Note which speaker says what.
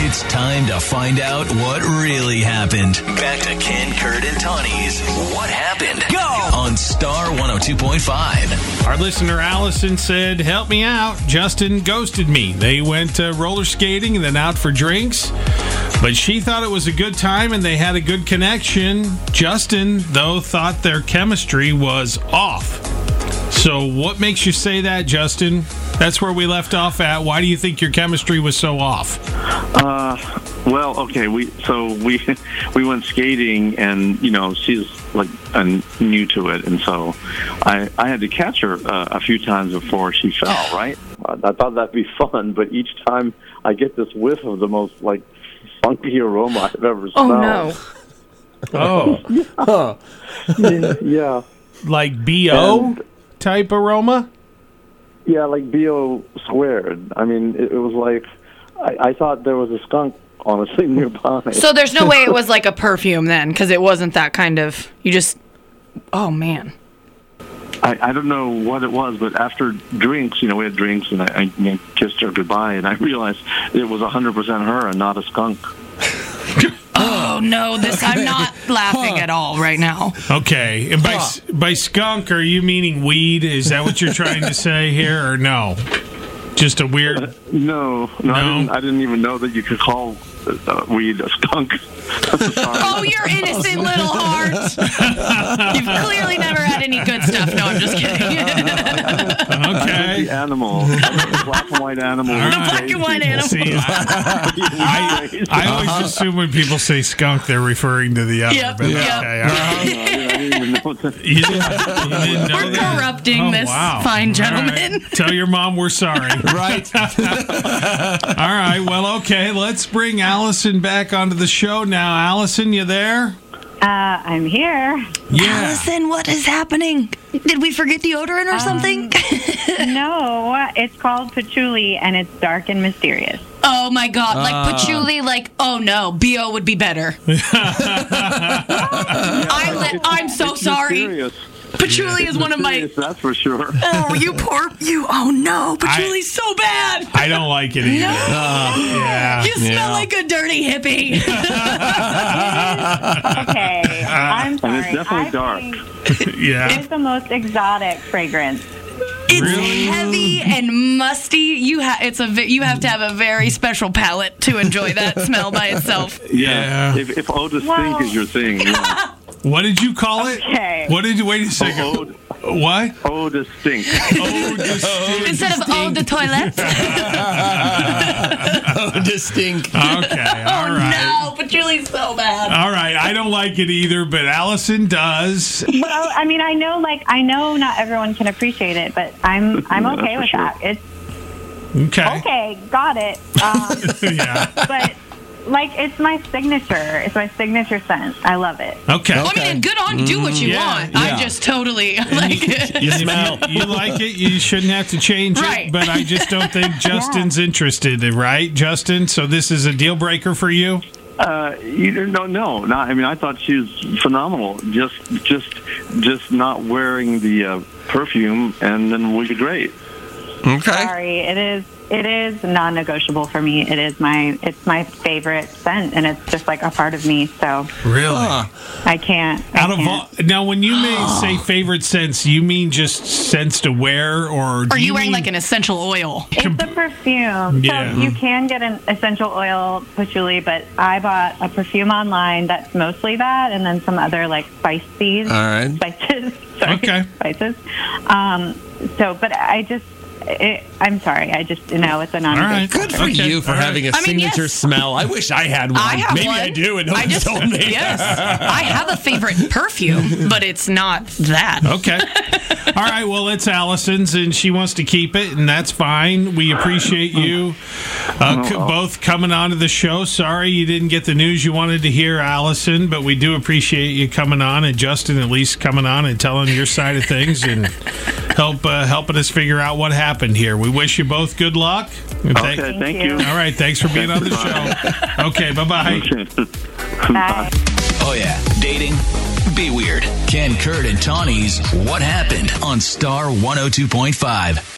Speaker 1: It's time to find out what really happened. Back to Ken, Kurt, and Tawny's What Happened? Go! On Star 102.5.
Speaker 2: Our listener Allison said, Help me out. Justin ghosted me. They went uh, roller skating and then out for drinks. But she thought it was a good time and they had a good connection. Justin, though, thought their chemistry was off. So, what makes you say that, Justin? That's where we left off at. Why do you think your chemistry was so off?
Speaker 3: Uh, well, okay. We so we we went skating, and you know she's like uh, new to it, and so I I had to catch her uh, a few times before she fell. Right? I thought that'd be fun, but each time I get this whiff of the most like funky aroma I've ever
Speaker 4: Oh
Speaker 3: smelled.
Speaker 4: no.
Speaker 2: Oh,
Speaker 3: no! yeah,
Speaker 2: like BO
Speaker 3: And-
Speaker 2: type aroma?
Speaker 3: yeah, like bo squared. I mean, it, it was like I, I thought there was a skunk honestly nearby.
Speaker 4: So there's no way it was like a perfume then, because it wasn't that kind of. You just. Oh man.
Speaker 3: I, I don't know what it was, but after drinks, you know, we had drinks, and I, I kissed her goodbye, and I realized it was 100% her and not a skunk.
Speaker 4: Oh no! This I'm not laughing at all right now.
Speaker 2: Okay. And by, s by skunk, are you meaning weed? Is that what you're trying to say here, or no? Just a weird.
Speaker 3: No, no, I,
Speaker 2: No.
Speaker 3: didn't, I didn't even know that you could call uh, uh, weed a skunk.
Speaker 4: Oh, your innocent little heart! You've clearly never had any good stuff. No, I'm just kidding.
Speaker 3: The
Speaker 2: Okay.
Speaker 3: animal, the black and white animal.
Speaker 2: The
Speaker 4: black and white animal.
Speaker 2: See, I, I, I
Speaker 4: Uh-huh.
Speaker 2: always assume when people say skunk, they're referring to the other.
Speaker 4: Yep,
Speaker 2: but
Speaker 4: yep.
Speaker 2: okay, all right.
Speaker 3: I didn't even know that.
Speaker 2: You didn't, you didn't know
Speaker 4: We're
Speaker 2: that?
Speaker 4: corrupting
Speaker 2: Oh,
Speaker 4: this
Speaker 2: wow. All
Speaker 4: fine
Speaker 2: right.
Speaker 4: gentleman.
Speaker 2: Tell your mom we're sorry.
Speaker 5: Right.
Speaker 2: All right. Well, okay. Let's bring Allison back onto the show now. Allison, you there?
Speaker 6: Uh, I'm here.
Speaker 2: Yeah.
Speaker 7: Allison, what is happening? Did we forget deodorant
Speaker 4: Um,
Speaker 7: or something?
Speaker 6: No, it's called Patchouli, and it's dark and mysterious.
Speaker 4: Oh my god! Like
Speaker 2: Uh.
Speaker 4: patchouli. Like oh no, bo would be better. I let, I'm so sorry.
Speaker 3: Mysterious.
Speaker 4: Patchouli is one of my.
Speaker 3: Mysterious, that's for sure.
Speaker 7: oh, you poor you. Oh no,
Speaker 4: Patchouli's so bad.
Speaker 2: I don't like it either. Uh, yeah.
Speaker 4: You smell like a dirty hippie.
Speaker 6: Okay, I'm sorry.
Speaker 3: And it's definitely
Speaker 6: I
Speaker 3: dark.
Speaker 6: think
Speaker 2: Yeah.
Speaker 6: It's the most exotic fragrance.
Speaker 4: It's
Speaker 2: Really?
Speaker 4: heavy and musty. You ha- it's a ve- you have to have a very special palate to enjoy that smell by itself.
Speaker 2: Yeah.
Speaker 3: If, if Otis
Speaker 6: Wow.
Speaker 3: Think is your thing, yeah.
Speaker 2: What did you call it?
Speaker 6: Okay.
Speaker 2: What did you wait a second?
Speaker 3: Otis,
Speaker 2: What?
Speaker 3: Otis Think.
Speaker 4: Instead of oh the toilet.
Speaker 5: Oh, distinct.
Speaker 2: Okay. All right.
Speaker 4: Oh, No, patchouli's so bad.
Speaker 2: All right. I don't like it either, but Allison does.
Speaker 6: Well, I mean, I know, like, I know not everyone can appreciate it, but I'm, I'm
Speaker 3: Yeah,
Speaker 6: okay
Speaker 3: for
Speaker 6: with
Speaker 3: sure.
Speaker 6: that. It's
Speaker 2: Okay.
Speaker 6: okay, got it. Um,
Speaker 2: Yeah.
Speaker 6: but like, it's my signature. It's my signature scent. I love it.
Speaker 2: Oh, Okay. Mm,
Speaker 4: I mean, and good on you. Do what you
Speaker 2: yeah,
Speaker 4: want. I
Speaker 5: yeah.
Speaker 4: just totally like.
Speaker 5: You smell.
Speaker 2: you like it, you shouldn't have to change it.
Speaker 4: Right.
Speaker 2: But I just don't think Justin's interested, right, Justin? So this is a deal breaker for you.
Speaker 3: Uh, you don't know. No, not. I mean, I thought she was phenomenal. Just, just, just not wearing the uh, perfume, and then we'd be great.
Speaker 5: Okay.
Speaker 6: Sorry, it is. It is non-negotiable for me. It is my. It's my favorite scent, and it's just like a part of me. So
Speaker 2: Really?
Speaker 6: I can't. I
Speaker 2: Out of
Speaker 6: can't.
Speaker 2: all, now, when you may say favorite scents, you mean just scents to wear, or do
Speaker 4: Are you wearing
Speaker 2: mean-
Speaker 4: like an essential oil?
Speaker 6: It's a perfume.
Speaker 2: Yeah.
Speaker 6: So you can get an essential oil patchouli, but I bought a perfume online that's mostly that and then some other like spices.
Speaker 5: All right.
Speaker 6: Spices. Sorry.
Speaker 2: Okay.
Speaker 6: Spices. Um, so, but I just, it, I'm sorry. I just, no, it's a non
Speaker 2: All right.
Speaker 5: Good for
Speaker 2: Okay,
Speaker 5: you for
Speaker 2: all right.
Speaker 5: having a
Speaker 4: I mean,
Speaker 5: signature
Speaker 4: yes.
Speaker 5: smell. I wish I had one.
Speaker 4: I
Speaker 2: Uh,
Speaker 4: have
Speaker 5: Maybe
Speaker 4: one.
Speaker 5: I do, and no
Speaker 4: I
Speaker 5: one
Speaker 4: just
Speaker 5: told me.
Speaker 4: yes. I have a favorite perfume, but it's not that.
Speaker 2: Okay. All right. Well, it's Allison's, and she wants to keep it, and that's fine. We appreciate you uh, c- both coming onto the show. Sorry you didn't get the news you wanted to hear, Allison, but we do appreciate you coming on, and Justin at least coming on and telling your side of things and help uh, helping us figure out what happened here. We wish you both good luck. And
Speaker 3: Okay,
Speaker 2: thank-
Speaker 3: thank,
Speaker 6: Thank
Speaker 3: you.
Speaker 6: you.
Speaker 2: All right. Thanks for being on the show. Okay. Bye bye.
Speaker 6: Bye.
Speaker 1: Oh, yeah. Dating? Be oh weird. Ken, Kurt, and Tawny's What Happened on Star 102.5.